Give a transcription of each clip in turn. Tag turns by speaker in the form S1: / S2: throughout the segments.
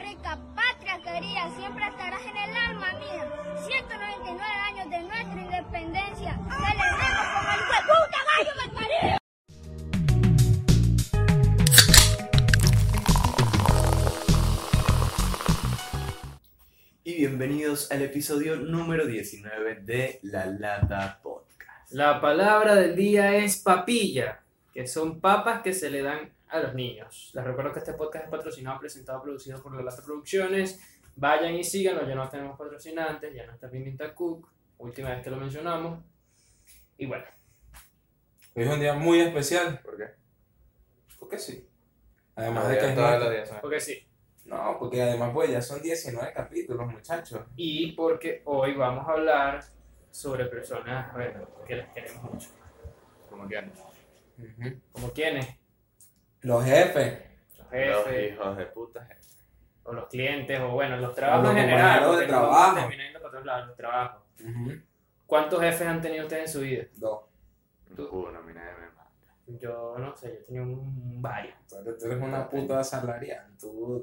S1: única Oh, patria querida, siempre estarás en el alma mía. 199 años de nuestra independencia, celebremos con el hueputa gallo del Caribe.
S2: Y bienvenidos al episodio número 19 de La Lata Podcast.
S3: La palabra del día es papilla, que son papas que se le dan a los niños. Les recuerdo que este podcast es patrocinado, presentado, producido por La Lata Producciones. Vayan y síganos, ya no tenemos patrocinantes, ya no está Pimenta Cook, última vez que lo mencionamos. Y bueno,
S4: Hoy es un día muy especial,
S2: ¿Por qué?
S4: porque sí.
S2: No,
S4: Además de
S2: ya
S4: que es
S2: todos
S4: nuestro-
S2: los días son-
S3: porque sí.
S4: No, porque además pues ya son 19 capítulos, muchachos.
S3: Y porque hoy vamos a hablar sobre personas bueno, que las queremos mucho.
S2: como que andan.
S3: Como quiénes,
S4: Los jefes,
S3: los
S2: Los
S3: jefes,
S2: hijos de puta.
S3: o los clientes, o bueno, los trabajos
S4: Los
S3: en general.
S4: compañeros de
S3: porque no vamos
S4: trabajo.
S3: terminando para todos lados, los trabajos. ¿Cuántos jefes han tenido ustedes en su vida?
S4: dos.
S3: Tú.
S2: Uno, mi nadie me mata.
S3: Yo no sé, yo he tenido un, un varios.
S4: O sea, Tú eres una puta salarial. Tú,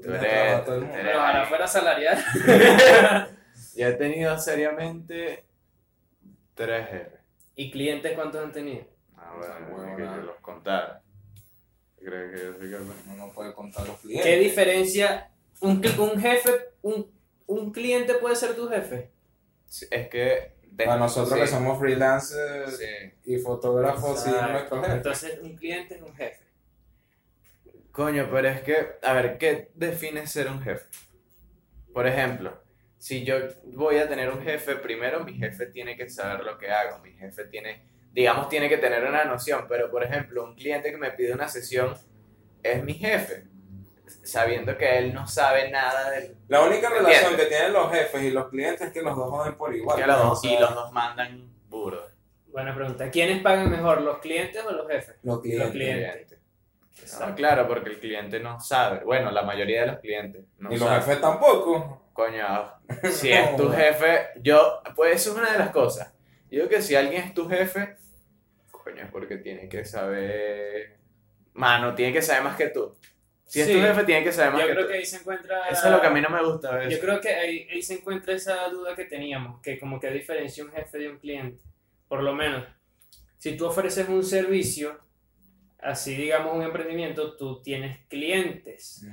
S2: Tú
S4: tú le has
S2: eres-
S4: trabajado a todo el
S2: tú
S4: mundo.
S2: eres-
S3: Pero ahora fuera salarial.
S2: Ya he tenido seriamente tres jefes.
S3: ¿Y clientes cuántos han tenido?
S2: Ah, bueno,
S4: Ah,
S2: ni
S4: bueno,
S2: que yo
S4: nada.
S2: los contara. Creo que yo soy capaz.
S4: Uno no puede contar los
S3: ¿Qué
S4: clientes.
S3: diferencia? ¿Un, cl- un jefe, un, un cliente puede ser tu jefe?
S2: Sí, Es que. de-
S4: Para nosotros
S2: sí,
S4: que somos freelancers
S2: sí.
S4: y fotógrafos, sí,
S3: Exacto.
S4: nuestro jefe.
S3: Entonces, un cliente es un jefe.
S2: Coño, pero es que, a ver, ¿qué define ser un jefe? Por ejemplo, si yo voy a tener un jefe, primero mi jefe tiene que saber lo que hago, mi jefe tiene, digamos, tiene que tener una noción, pero por ejemplo, un cliente que me pide una sesión es mi jefe, sabiendo que él no sabe nada del...
S4: La única
S2: Entiendo.
S4: relación que tienen los jefes y los clientes es que los dos joden por igual.
S2: que los
S4: ¿no? O
S2: dos-
S4: sea,
S2: y los dos mandan burro.
S3: Buena pregunta. ¿Quiénes pagan mejor, los clientes o los jefes?
S4: los
S3: Los
S4: clientes.
S3: clientes.
S2: Ah, claro, porque el cliente no sabe, bueno, la mayoría de los clientes no
S4: Y los
S2: saben.
S4: jefes tampoco.
S2: Coño, si es tu jefe, yo, pues eso es una de las cosas. Yo digo que si alguien es tu jefe, coño, es porque tiene que saber, mano, tiene que saber más que tú. Si es
S3: Sí.
S2: tu jefe, tiene que saber más
S3: Yo
S2: que
S3: creo
S2: tú.
S3: que ahí se encuentra...
S2: Eso es lo que a mí no me gusta a veces.
S3: Yo creo que ahí, ahí se encuentra esa duda que teníamos, que como que diferencia un jefe de un cliente. Por lo menos, si tú ofreces un servicio, así digamos un emprendimiento, tú tienes clientes.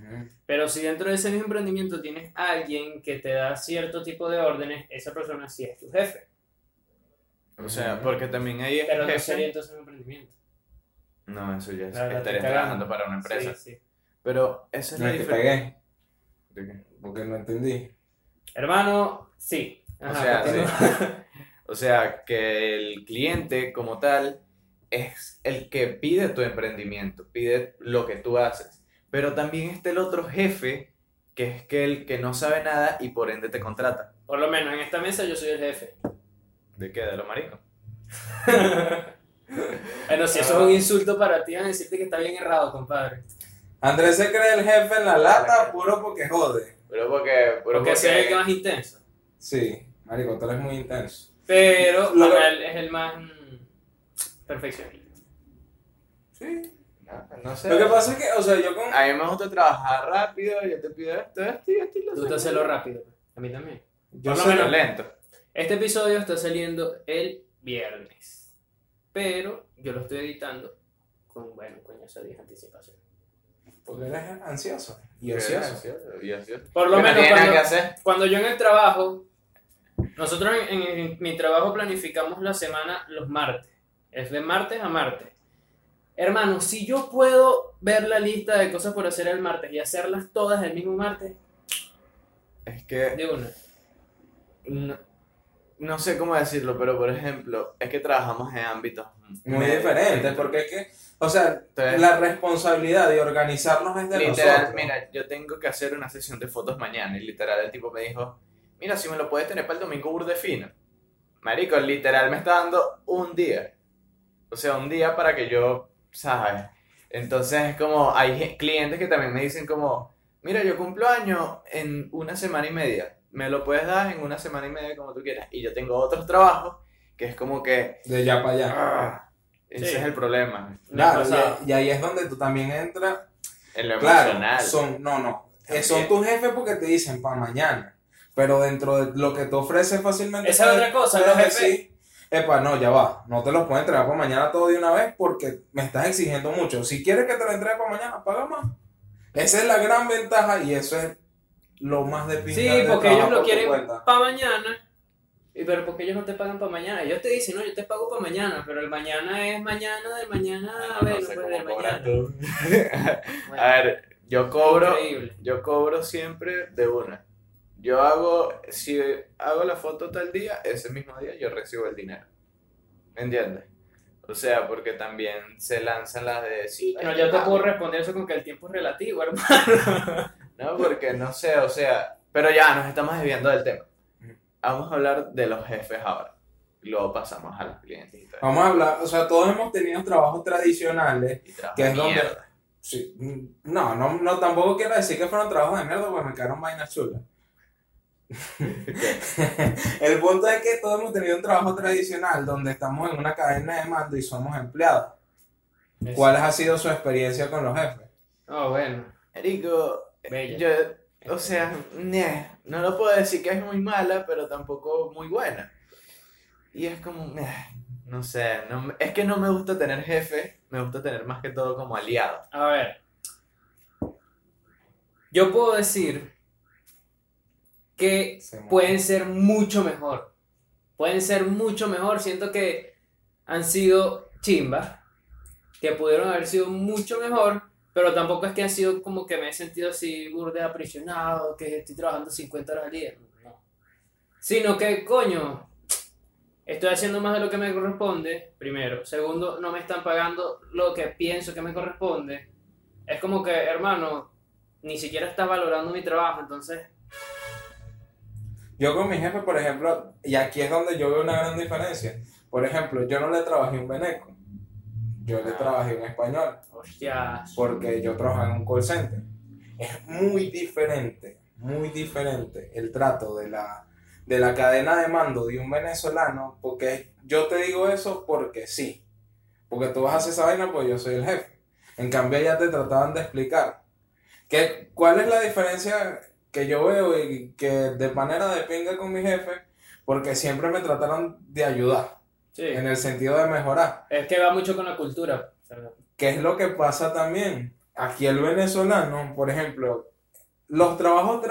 S3: Pero si dentro de ese mismo emprendimiento tienes alguien que te da cierto tipo de órdenes, esa persona sí es tu jefe.
S2: O sea, porque también ahí es
S3: Pero no
S2: jefe.
S3: sería entonces un emprendimiento.
S2: No, eso ya es,
S3: La verdad,
S2: estarías
S3: estoy cagando.
S2: trabajando para una empresa.
S3: Sí, sí.
S2: Pero esa es
S4: No,
S2: la
S4: es que
S2: diferencia.
S4: pegué, porque no entendí.
S3: Hermano, sí.
S2: O
S3: Ajá,
S2: sea,
S3: continúa.
S2: sí. o sea, que el cliente como tal es el que pide tu emprendimiento, pide lo que tú haces. Pero también está el otro jefe, que es que el que no sabe nada y por ende te contrata.
S3: Por lo menos en esta mesa yo soy el jefe.
S2: ¿De qué? De los maricos.
S3: Bueno, si eso es un
S2: Ah.
S3: insulto para ti, van a decirte que está bien errado, compadre.
S4: Andrés se cree el jefe en la lata puro porque jode.
S2: Pero porque... pero
S3: Porque ese es el que más intenso.
S4: Sí, marico, tú eres muy intenso.
S3: Pero
S4: Lo que-
S3: Manuel es el más mm, perfeccionista.
S4: Sí.
S2: No, no sé.
S4: Lo que pasa es que, o sea, yo con...
S2: A mí me gusta trabajar rápido, yo te pido esto, esto y esto y lo
S3: Tú te haces lo rápido. A mí también.
S4: Yo
S3: por lo
S4: soy-
S3: menos-
S2: lento.
S3: Este episodio está saliendo el viernes. Pero yo lo estoy editando con, bueno, coño, esa de anticipación.
S4: Porque eres ansioso
S2: Porque
S4: y
S2: eres
S4: ansioso.
S2: ansioso, Y ansioso.
S3: Por lo
S2: Que no
S3: menos
S2: tiene nada
S3: cuando,
S2: que hacer.
S3: cuando yo en el trabajo, nosotros en, en- en mi trabajo planificamos la semana los martes. Es de martes a martes. Hermano, si yo puedo ver la lista de cosas por hacer el martes y hacerlas todas el mismo martes,
S2: Es que...
S3: de una.
S2: no, no sé cómo decirlo, pero por ejemplo, es que trabajamos en ámbitos
S4: Muy diferente, porque es que, o sea,
S2: Entonces,
S4: la responsabilidad de organizarnos es de
S2: literal,
S4: nosotros.
S2: mira, yo tengo que hacer una sesión de fotos mañana y literal el tipo me dijo, mira, si me lo puedes tener para el domingo burde fino. Marico, literal me está dando un día. O sea, un día para que yo, ¿sabes? Entonces es como, hay ge- clientes que también me dicen como, mira, yo cumplo año en una semana y media. Me lo puedes dar en una semana y media como tú quieras. Y yo tengo otros trabajos que es como que
S4: De ya para allá.
S2: Ah, ese
S3: Sí.
S2: es el problema.
S3: La
S4: Claro,
S3: pasada.
S4: y, y ahí es donde tú también entras.
S2: En lo
S4: Claro,
S2: emocional.
S4: son, no, no. eh, son tus jefes porque te dicen para mañana. Pero dentro de lo que te ofreces fácilmente.
S3: Esa es
S4: puedes-
S3: otra cosa,
S4: puedes
S3: los jefes.
S4: decir, Epa, no, ya va. No te los puedo entregar para mañana todo de una vez porque me estás exigiendo mucho. Si quieres que te lo entregue para mañana, paga más. Esa es la gran ventaja y eso es lo más de pinta
S3: Sí,
S4: de
S3: porque
S4: trabajar
S3: ellos lo
S4: por tu
S3: quieren
S4: cuenta.
S3: para mañana. Y pero porque ellos no te pagan para mañana. Ellos te dicen, no, yo te pago para mañana, pero el mañana es mañana, del mañana,
S2: Ah, No,
S3: bueno,
S2: sé
S3: pues
S2: cómo
S3: del
S2: cobras
S3: mañana.
S2: tú.
S3: Bueno,
S2: A ver, yo cobro,
S3: Increíble.
S2: yo cobro siempre de una. Yo hago, si hago la foto tal día, ese mismo día yo recibo el dinero. ¿Me entiendes? O sea, porque también se lanzan las de... Sí,
S3: Bueno,
S2: ya
S3: yo te
S2: está.
S3: puedo responder eso con que el tiempo es relativo, hermano.
S2: No, porque no sé, o sea, pero ya nos estamos desviando del tema. Vamos a hablar de los jefes ahora. Y Luego pasamos a los clientes y todo eso.
S4: Vamos a hablar, o sea, todos hemos tenido trabajos tradicionales
S2: Y trabajo
S4: que
S2: de
S4: es donde-
S2: mierda.
S4: Sí, mm, no, no, no, tampoco quiero decir que fueron trabajos de mierda porque me quedaron vainas chulas. El punto es que todos hemos tenido un trabajo tradicional donde estamos en una cadena de mando y somos empleados. ¿Cuál ha sido su experiencia con los jefes?
S3: Oh, bueno.
S2: Marico,
S3: Bella.
S2: yo, o sea, neh, no lo puedo decir que es muy mala, pero tampoco muy buena. Y es como, neh, no sé, no me- es que no me gusta tener jefe, me gusta tener más que todo como aliado.
S3: A ver. Yo puedo decir que
S4: Se me-
S3: pueden ser mucho mejor. Pueden ser mucho mejor. Siento que han sido chimbas, que pudieron haber sido mucho mejor, pero tampoco es que han sido como que me he sentido así burde aprisionado, que estoy trabajando 50 horas al día. No. Sino que, coño, estoy haciendo más de lo que me corresponde, primero. Segundo, no me están pagando lo que pienso que me corresponde. Es como que, hermano, ni siquiera estás valorando mi trabajo, entonces
S4: Yo con mi jefe, por ejemplo, y aquí es donde yo veo una gran diferencia. Por ejemplo, yo no le trabajé un veneco, yo le
S3: Ah.
S4: trabajé un español.
S3: Hostias.
S4: porque yo trabajaba en un call center. Es muy diferente, muy diferente el trato de la, de la cadena de mando de un venezolano, porque yo te digo eso porque sí, porque tú vas a hacer esa vaina porque yo soy el jefe. En cambio allá te trataban de explicar. ¿Qué, ¿Cuál es la diferencia que yo veo y que de manera de pinga con mi jefe? Porque siempre me trataron de ayudar,
S3: Sí.
S4: en el sentido de mejorar.
S3: Es que va mucho con la cultura. ¿sabes?
S4: ¿Qué es lo que pasa también? Aquí el venezolano, por ejemplo, los trabajos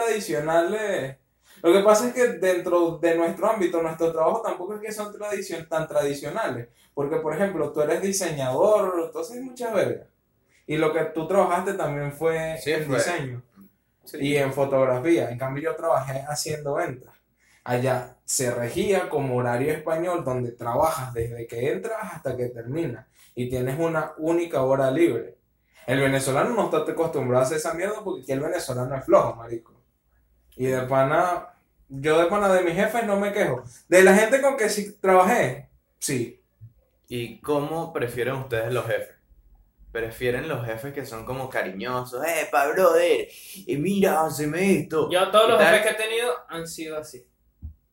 S4: tradicionales, lo que pasa es que dentro de nuestro ámbito, nuestros trabajos tampoco es que son tradicion- tan tradicionales, porque por ejemplo, tú eres diseñador, entonces hay muchas vergas. Y lo que tú trabajaste también fue
S2: Sí,
S4: en
S2: fue.
S4: diseño
S2: Sí.
S4: y en fotografía. En cambio, yo trabajé haciendo ventas. Allá se regía como horario español donde trabajas desde que entras hasta que terminas y tienes una única hora libre. El venezolano no está acostumbrado a hacer esa mierda porque aquí el venezolano es flojo, marico. Y de pana, yo de pana de mis jefes no me quejo. De la gente con que sí trabajé, sí.
S2: ¿Y cómo prefieren ustedes los jefes? ¿Prefieren los jefes que son como cariñosos? ¡Epa, brother! Y mira, hazme esto.
S3: Yo todos los
S2: ¿Qué tal?
S3: jefes que he tenido han sido así.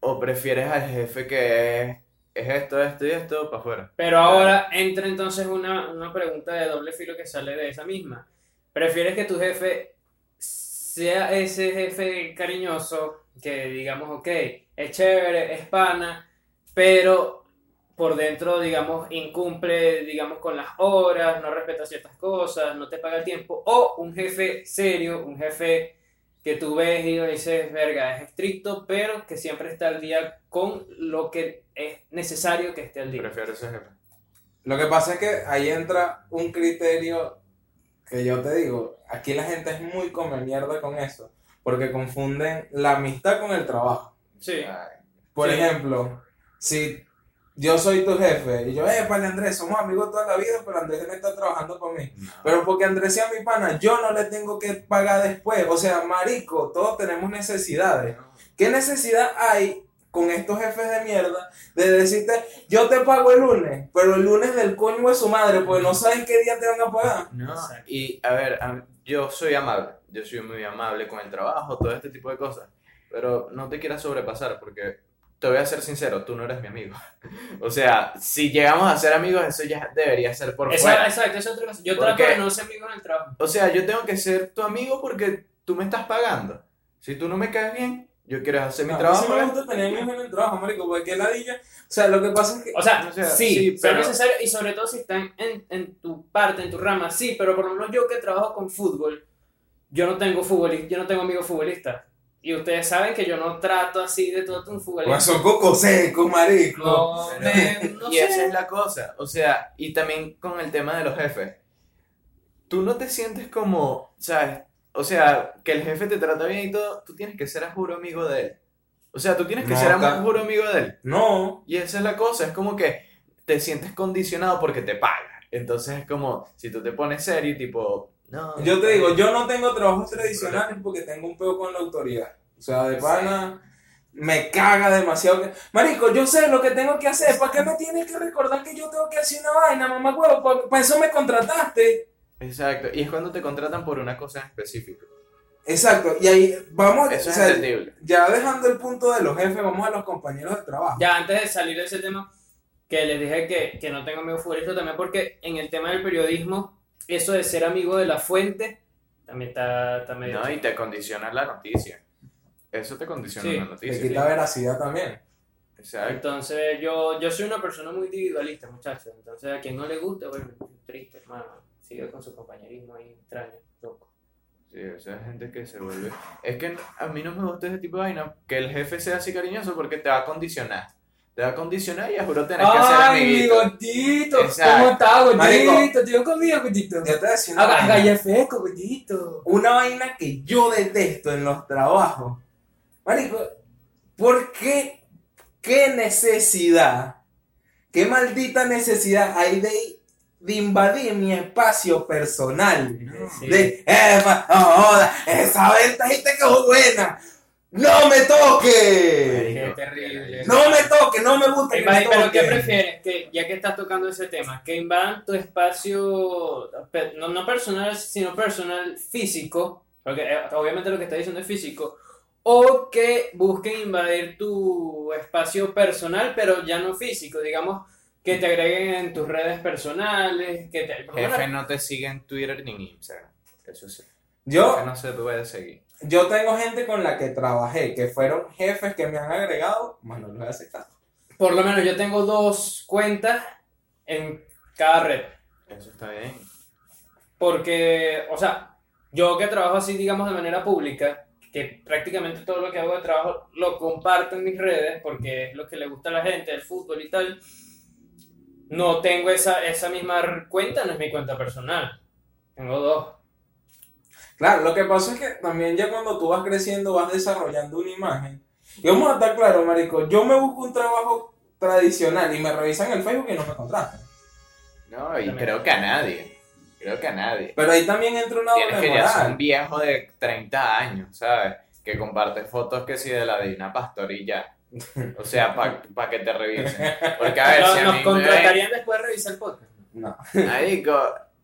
S2: ¿O prefieres al jefe que es, es esto, esto y esto para afuera?
S3: Pero ahora entra entonces una, una pregunta de doble filo que sale de esa misma. ¿Prefieres que tu jefe sea ese jefe cariñoso que digamos, ok, es chévere, es pana, pero por dentro, digamos, incumple, digamos, con las horas, no respeta ciertas cosas, no te paga el tiempo, o un jefe serio, un jefe que tú ves y dices, verga, es estricto, pero que siempre está al día con lo que es necesario que esté al día.
S2: Prefiero ese jefe.
S4: Lo que pasa es que ahí entra un criterio que yo te digo, aquí la gente es muy come mierda con eso, porque confunden la amistad con el trabajo.
S3: Sí.
S2: Ay,
S4: Por
S3: Sí.
S4: ejemplo, si yo soy tu jefe y yo, eh, pana Andrés, somos amigos toda la vida, pero Andrés no está trabajando para mí.
S2: no.
S4: Pero porque Andrés sea mi pana, yo no le tengo que pagar después. O sea, marico, todos tenemos necesidades. ¿Qué necesidad hay con estos jefes de mierda de decirte, yo te pago el lunes, pero el lunes del coño de su madre, porque no saben qué día te van a pagar?
S2: No,
S3: Exacto.
S2: y a ver, a- yo soy amable, yo soy muy amable con el trabajo, todo este tipo de cosas, pero no te quieras sobrepasar porque te voy a ser sincero, tú no eres mi amigo. O sea, si llegamos a ser amigos, eso ya debería ser por
S3: Esa-
S2: fuera.
S3: exacto, esa es otra cosa. Yo
S2: ¿Por
S3: trato
S2: qué?
S3: de no ser amigo en el trabajo.
S2: O sea, yo tengo que ser tu amigo porque tú me estás pagando. Si tú no me caes bien, yo quiero hacer mi
S4: No, a mí
S2: trabajo.
S4: sí me gusta tener mi en el trabajo, marico, porque ladilla. O sea, lo que pasa es que.
S3: O sea,
S2: O sea, sí,
S3: sí, son
S2: pero-
S3: necesarios y sobre todo si están en, en tu parte, en tu rama, sí, pero por lo menos yo que trabajo con fútbol, yo no tengo futbolista, yo no tengo amigos futbolistas. Y ustedes saben que yo no trato así de todo un
S4: Bueno,
S3: futbolista.
S4: son coco seco, marico.
S3: No,
S2: Pero-
S3: me- no
S2: y
S3: sé.
S2: esa es la cosa. O sea, y también con el tema de los jefes. Tú no te sientes como, ¿sabes? O sea, que el jefe te trata bien y todo, tú tienes que ser a juro amigo de él. O sea, tú tienes que
S4: No,
S2: ser a
S4: tan-
S2: juro amigo de él.
S4: No.
S2: Y esa es la cosa, es como que te sientes condicionado porque te paga. Entonces es como, si tú te pones serio y tipo, no.
S4: Yo te digo, yo no tengo trabajos tradicionales porque tengo un peo con la autoridad. O sea, de pana. Me caga demasiado. que- Marico, yo sé lo que tengo que hacer. ¿Para qué me tienes que recordar que yo tengo que hacer una vaina, mamá huevo? Para eso me contrataste.
S2: Exacto, y es cuando te contratan por una cosa en específico.
S4: Exacto, y ahí vamos,
S2: Eso
S4: o
S2: es
S4: sea,
S2: entendible.
S4: ya dejando el punto de los jefes, vamos a los compañeros de trabajo.
S3: Ya antes de salir de ese tema, que les dije que, que no tengo amigos futbolistas también, porque en el tema del periodismo, eso de ser amigo de la fuente, también está, está medio...
S2: No, y te condiciona la noticia. Eso te condiciona
S3: Sí,
S2: la
S4: Le
S2: noticia.
S4: quita veracidad también.
S2: Exacto.
S3: Entonces, yo, yo soy una persona muy individualista, muchachos. Entonces, a quien no le gusta, bueno, triste, hermano. Sigue con su compañerismo ahí extraño, loco.
S2: Sí, esa es gente que se vuelve. Es que a mí no me gusta ese tipo de vaina. Que el jefe sea así cariñoso porque te va a condicionar. Te va a condicionar y a juro tenés que ser amiguito.
S3: gordito!
S2: Exacto.
S3: estás,
S4: Marico.
S3: ¿Te dio comida, gordito?
S4: Ya te voy a decir una
S3: Haga- haga
S4: vaina.
S3: ya fresco, gordito.
S4: Una vaina que yo detesto en los trabajos. Marico, ¿por qué? ¿Qué necesidad? ¿Qué maldita necesidad hay de, de invadir mi espacio personal?
S3: Sí.
S4: De, eh, ma- no joda, esa ventajita que es buena. ¡No me toque!
S3: Qué terrible.
S4: No me toque, no me gusta que me
S3: Ibai, pero ¿qué
S4: toquen.
S3: prefieres? Que, ya que estás tocando ese tema, que invadan tu espacio, pe- no, no personal, sino personal físico, porque eh, obviamente lo que estás diciendo es físico, o que busquen invadir tu espacio personal, pero ya no físico, digamos, que te agreguen en tus redes personales, que te...
S2: Jefe no te sigue en Twitter ni en Instagram. Eso sí.
S4: Yo,
S2: Jefe no se puede seguir.
S4: yo tengo gente con la que trabajé, que fueron jefes que me han agregado, bueno, no los he aceptado.
S3: Por lo menos yo tengo dos cuentas en cada red.
S2: Eso está bien.
S3: Porque, o sea, yo que trabajo así, digamos, de manera pública, que prácticamente todo lo que hago de trabajo lo comparto en mis redes, porque es lo que le gusta a la gente, el fútbol y tal, no tengo esa, esa misma r- cuenta, no es mi cuenta personal. Tengo dos.
S4: Claro, lo que pasa es que también ya cuando tú vas creciendo vas desarrollando una imagen. Y vamos a estar claros, marico, yo me busco un trabajo tradicional y me revisan el Facebook y no me contratan.
S2: No, y
S3: También.
S2: creo que a nadie. Creo que a nadie.
S4: Pero ahí también entra una
S2: Tienes
S4: doble
S2: que ya ser un
S4: moral.
S2: viejo de 30 años, ¿sabes? Que comparte fotos que sí de la Divina Pastorilla. O sea, para que te revisen. Porque a ver,
S3: No-
S2: si a
S3: nos
S2: mí me ven-
S3: contratarían después de revisar el podcast.
S4: No.
S2: Marico,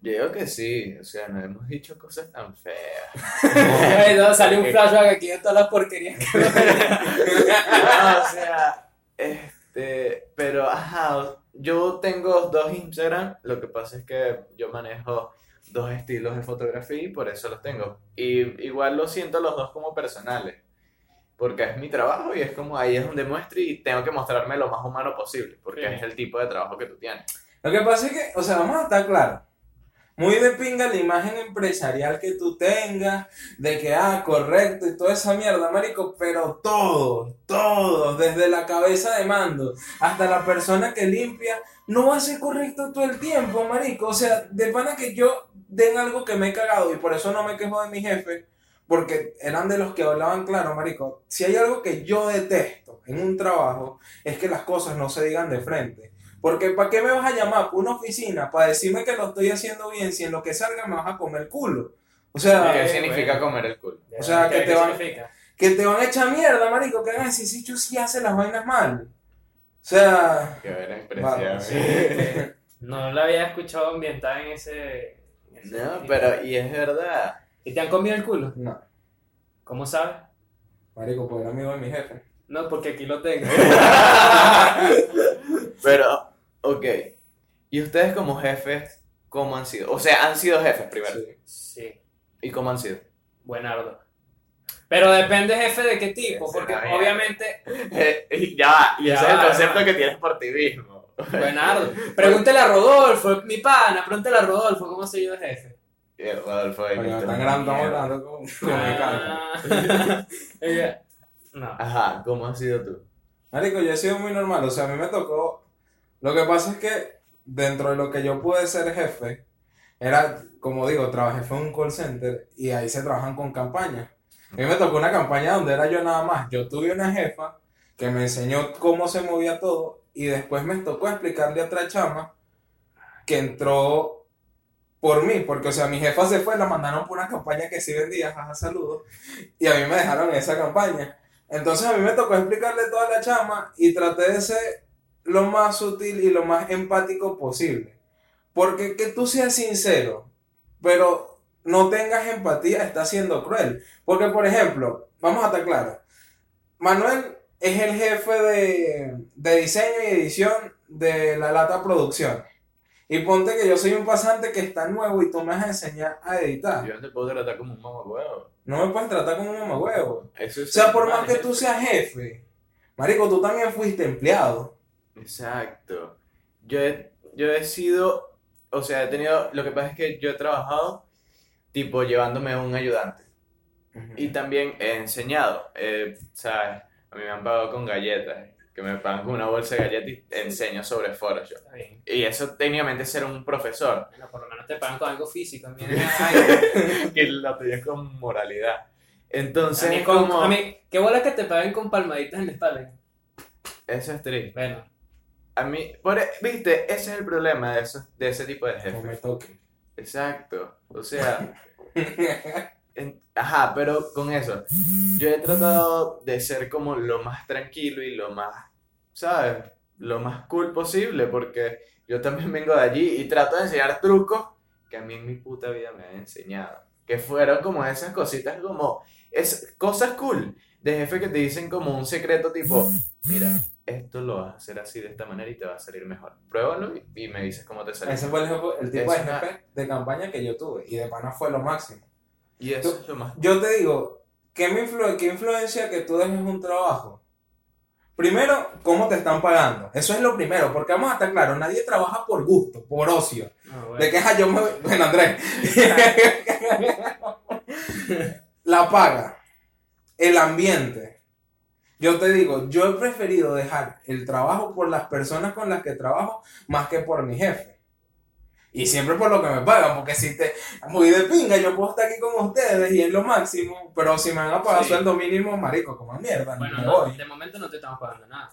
S2: yo digo que sí, o sea, no hemos dicho cosas tan feas.
S3: Ay, no, sale un flashback aquí de todas las porquerías que
S2: No, o sea, este, pero ajá, yo tengo dos Instagram, lo que pasa es que yo manejo dos estilos de fotografía y por eso los tengo. Y igual lo siento los dos como personales, porque es mi trabajo y es como ahí es donde muestro y tengo que mostrarme lo más humano posible, porque
S3: Sí.
S2: es el tipo de trabajo que tú tienes.
S4: Lo que pasa es que, o sea, vamos a estar claros. Muy de pinga la imagen empresarial que tú tengas, de que, ah, correcto y toda esa mierda, marico, pero todo, todo, desde la cabeza de mando hasta la persona que limpia, no va a ser correcto todo el tiempo, marico. O sea, de pana que yo den algo que me he cagado y por eso no me quejo de mi jefe, porque eran de los que hablaban claro, marico. Si hay algo que yo detesto en un trabajo, es que las cosas no se digan de frente. Porque ¿para qué me vas a llamar por una oficina para decirme que lo estoy haciendo bien si en lo que salga me vas a comer el culo? O sea,
S2: ¿Qué
S3: Eh,
S2: significa
S3: bueno.
S2: comer el culo?
S4: O sea, que
S3: ¿Qué-
S4: te
S3: qué
S4: van-
S3: significa?
S4: que te van a echar mierda, marico, que van a decir, si tú sí haces las vainas mal. O sea,
S2: Que ver, expresión.
S4: vamos.
S3: No la había escuchado ambientada en ese... en ese
S2: No, pero y es verdad.
S3: ¿Y te han comido el culo?
S4: No,
S3: ¿Cómo sabes?
S4: marico, pues era amigo de mi jefe.
S3: No, porque aquí lo tengo.
S2: Pero, ok. ¿Y ustedes como jefes, cómo han sido? O sea, han sido jefes primero.
S4: Sí.
S3: sí,
S2: ¿Y cómo han sido?
S3: buenardo. Pero depende, jefe, de qué tipo,
S2: Sí,
S3: porque
S2: está bien.
S3: obviamente,
S2: Eh, ya va, y
S3: Ya
S2: ese es el
S3: va,
S2: concepto
S3: ya
S2: que tienes por ti mismo.
S3: Buenardo. Pregúntale a Rodolfo, mi pana, pregúntale a Rodolfo, ¿cómo soy yo de jefe?
S2: Y el Rodolfo ahí,
S4: Coño,
S2: viste,
S4: tan
S2: la
S4: grande, estamos
S2: mierda.
S4: hablando con, con el canto.
S3: Ah. Ella- no.
S4: Ah.
S2: Ajá, ¿cómo has sido tú?
S4: Marico, yo he sido muy normal, o sea, a mí me tocó. Lo que pasa es que dentro de lo que yo pude ser jefe, era, como digo, trabajé fue en un call center y ahí se trabajan con campañas. A mí me tocó una campaña donde era yo nada más. Yo tuve una jefa que me enseñó cómo se movía todo y después me tocó explicarle a otra chama que entró por mí, porque, o sea, mi jefa se fue, la mandaron por una campaña que sí vendía, jaja, saludos, y a mí me dejaron en esa campaña. Entonces a mí me tocó explicarle toda la chama y traté de ser lo más sutil y lo más empático posible. Porque que tú seas sincero, pero no tengas empatía, está siendo cruel. Porque, por ejemplo, vamos a estar claros. Manuel es el jefe de, de diseño y edición de la Lata Producción. Y ponte que yo soy un pasante que está nuevo y tú me vas a enseñar a editar.
S2: Yo no te puedo tratar como un mamahuevo.
S4: No me puedes tratar como un mamagüevo.
S2: Eso
S4: O
S2: es
S4: sea,
S2: ser
S4: por más que
S2: manager.
S4: tú seas jefe, marico, tú también fuiste empleado.
S2: Exacto. Yo he, yo he sido, o sea, he tenido, lo que pasa es que yo he trabajado tipo llevándome un ayudante y también he enseñado, eh, ¿sabes? A mí me han pagado con galletas, que me pagan con una bolsa de galletas y enseño sobre Photoshop.
S3: Está bien.
S2: Y eso técnicamente es ser un profesor,
S3: Bueno, por lo menos te pagan con algo físico. A mí, ay,
S2: que lo tuyo es con moralidad. Entonces,
S3: a mí con-
S2: como...
S3: a mí- qué bola que te paguen con palmaditas en la espalda.
S2: Eso es triste.
S3: Bueno,
S2: A mí, por, e, viste, ese es el problema de, esos, de ese tipo de
S4: No
S2: jefes.
S4: me toque.
S2: Exacto. O sea, en- ajá, pero con eso, yo he tratado de ser como lo más tranquilo y lo más, ¿sabes? Lo más cool posible, porque yo también vengo de allí y trato de enseñar trucos que a mí en mi puta vida me han enseñado. Que fueron como esas cositas, como, es, cosas cool de jefe que te dicen como un secreto tipo, mira, esto lo vas a hacer así de esta manera y te va a salir mejor. Pruébalo y, y me dices cómo te salió.
S4: Ese fue el, jefe- el tipo de
S2: Es una-
S4: jefe de campaña que yo tuve y de pana fue lo máximo.
S2: Y eso es lo más
S4: Yo te digo, ¿qué, me influ- qué influencia que tú dejes un trabajo? Primero, ¿cómo te están pagando? Eso es lo primero, porque vamos a estar claros, nadie trabaja por gusto, por ocio.
S3: no, bueno.
S4: De que "Ah, yo me voy. Bueno, Andrés. la paga. El ambiente. Yo te digo, yo he preferido dejar el trabajo por las personas con las que trabajo más que por mi jefe. Y siempre por lo que me pagan, porque si te. Muy de pinga, yo puedo estar aquí con ustedes y es lo máximo, pero si me van a pagar
S3: Sí.
S4: sueldo mínimo, marico, como mierda,
S3: Bueno,
S4: me
S3: no,
S4: voy.
S3: de momento no te estamos pagando nada.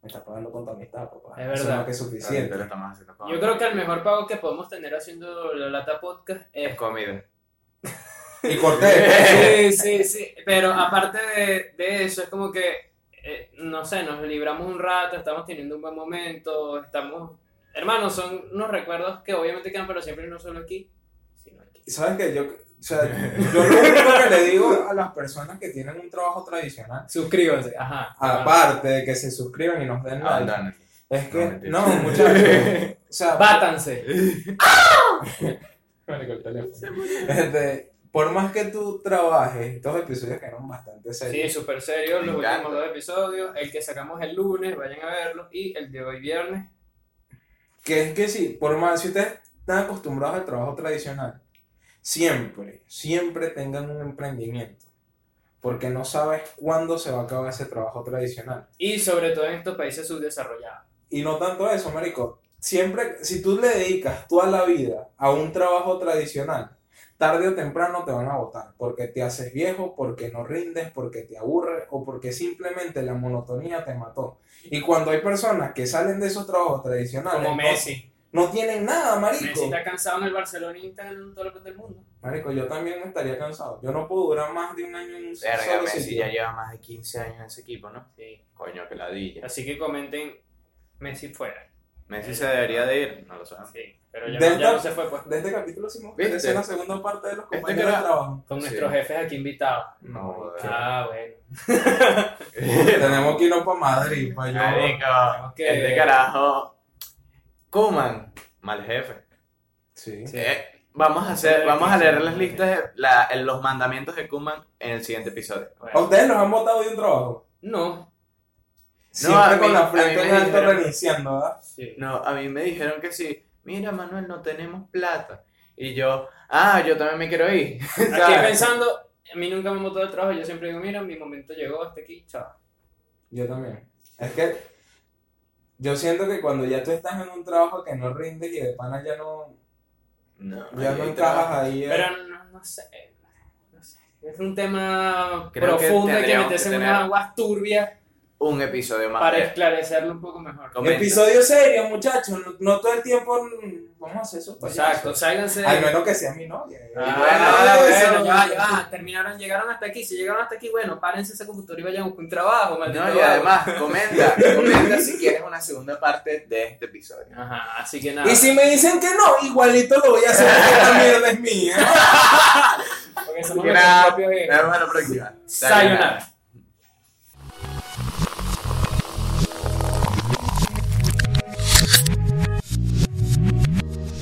S4: Me estás pagando con tu amistad, papá.
S3: Es
S4: Eso
S3: verdad.
S4: no que es
S2: Ahorita
S4: suficiente.
S2: lo estamos haciendo
S4: Ah,
S2: con-
S3: Yo creo que el mejor pago que podemos tener haciendo la lata podcast
S2: es
S3: es.
S2: comida.
S4: Y corté.
S3: Sí, sí, sí. Pero aparte de, de eso, es como que, eh, no sé, nos libramos un rato, estamos teniendo un buen momento, estamos. Hermanos, son unos recuerdos que obviamente quedan, pero siempre no solo aquí, sino aquí.
S4: ¿Sabes qué? Yo, o sea, yo lo único que le digo a las personas que tienen un trabajo tradicional,
S3: Suscríbanse, ajá.
S2: Ah,
S3: Ah,
S4: aparte de que se suscriban y nos den like,
S2: Abandonen.
S4: es
S2: Ah, No,
S4: que,
S2: mentira.
S4: no, muchachos, o sea,
S3: Bátanse.
S4: Marico, el teléfono. Este, por más que tú trabajes, estos episodios quedaron bastante
S3: Sí,
S4: serios.
S3: súper serio,
S2: Me
S3: los
S2: encanta.
S3: últimos dos episodios, el que sacamos el lunes, vayan a verlo, y el de hoy viernes.
S4: Que es que sí, por más, si ustedes están acostumbrados al trabajo tradicional, siempre, siempre tengan un emprendimiento, porque no sabes cuándo se va a acabar ese trabajo tradicional.
S3: Y sobre todo en estos países subdesarrollados.
S4: Y no tanto eso, marico. Siempre, si tú le dedicas toda la vida a un trabajo tradicional, tarde o temprano te van a votar. Porque te haces viejo, porque no rindes, porque te aburres o porque simplemente la monotonía te mató. Y cuando hay personas que salen de esos trabajos tradicionales,
S3: Como
S4: no-
S3: Messi.
S4: No, tienen nada, marico.
S3: Messi está cansado en el Barcelona y está en todo el del mundo.
S4: Marico, yo también estaría cansado. Yo no puedo durar más de un año en un
S2: Verga,
S4: solo
S2: Messi
S4: sitio.
S2: ya lleva más de 15 años en ese equipo, ¿no?
S3: Sí.
S2: Coño, que ladilla.
S3: Así que comenten Messi fuera.
S2: Messi se debería de ir, no lo sabemos.
S3: Sí, pero ya,
S4: De
S3: no- ya
S4: esta-
S3: no se fue pues.
S4: De este capítulo sí me
S2: ¿Viste?
S4: gustaría hacer la segunda parte de los
S2: Este
S4: compañeros de
S2: carajo-
S4: trabajo.
S3: Con
S2: Sí.
S3: nuestros jefes aquí invitados.
S2: No,
S4: marico.
S3: Ah, bueno.
S4: Tenemos que irnos para Madrid, para yo.
S2: Marico,
S3: Tenemos que-
S2: este carajo. Kuman, mal jefe.
S4: Sí.
S3: Sí.
S2: Eh, Vamos a hacer,
S3: Vale,
S2: vamos a leer
S3: sí.
S2: las listas, de- la- en los mandamientos de Kuman en el siguiente episodio.
S4: ¿A
S3: Bueno,
S4: ustedes los han votado de un trabajo?
S3: no.
S4: Siempre
S2: a
S4: con
S2: mí-
S4: la
S2: a
S4: frente
S2: mí
S4: en
S2: me
S4: alto
S2: dijeron-
S4: reiniciando, ¿verdad?
S3: Sí.
S2: No, a mí me dijeron que sí. Mira, Manuel, no tenemos plata. Y yo, ah, yo también me quiero ir.
S3: Aquí
S2: ¿Sabes?
S3: pensando, a mí nunca me han botado el trabajo. Yo siempre digo, mira, mi momento llegó hasta aquí, chao.
S4: Yo también. Es que yo siento que cuando ya tú estás en un trabajo que no rindes y de pana ya no,
S2: No,
S4: ya no
S2: yo
S4: encajas ahí. eh.
S3: Pero no, no sé. no sé. Es un tema
S2: Creo que
S3: profundo, hay que
S2: tendríamos
S3: meterse
S2: que
S3: en
S2: tener-
S3: unas aguas turbias
S2: Un episodio más.
S3: para este
S2: de-
S3: esclarecerlo un poco mejor.
S2: Comenta.
S4: Episodio serio, muchachos. No, no todo el tiempo mm, vamos a hacer eso.
S3: Exacto, sálganse.
S4: Al menos que sea mi novia. eh.
S3: Ah,
S2: bueno,
S3: bueno,
S2: eso.
S3: ya, va, ya, va, terminaron, llegaron hasta aquí. Si llegaron hasta aquí, bueno, párense ese computador y vayan a buscar un trabajo, maldito.
S2: No, y
S3: vago.
S2: además, comenta, comenta si quieres una segunda parte de este episodio.
S3: Ajá, así que nada.
S4: Y si me dicen que no, igualito lo voy a hacer. porque Esta mierda es mía.
S3: Porque somos
S2: Gra-
S3: nuestros propios eh,
S2: Nos vemos a la próxima.
S3: Sayonara.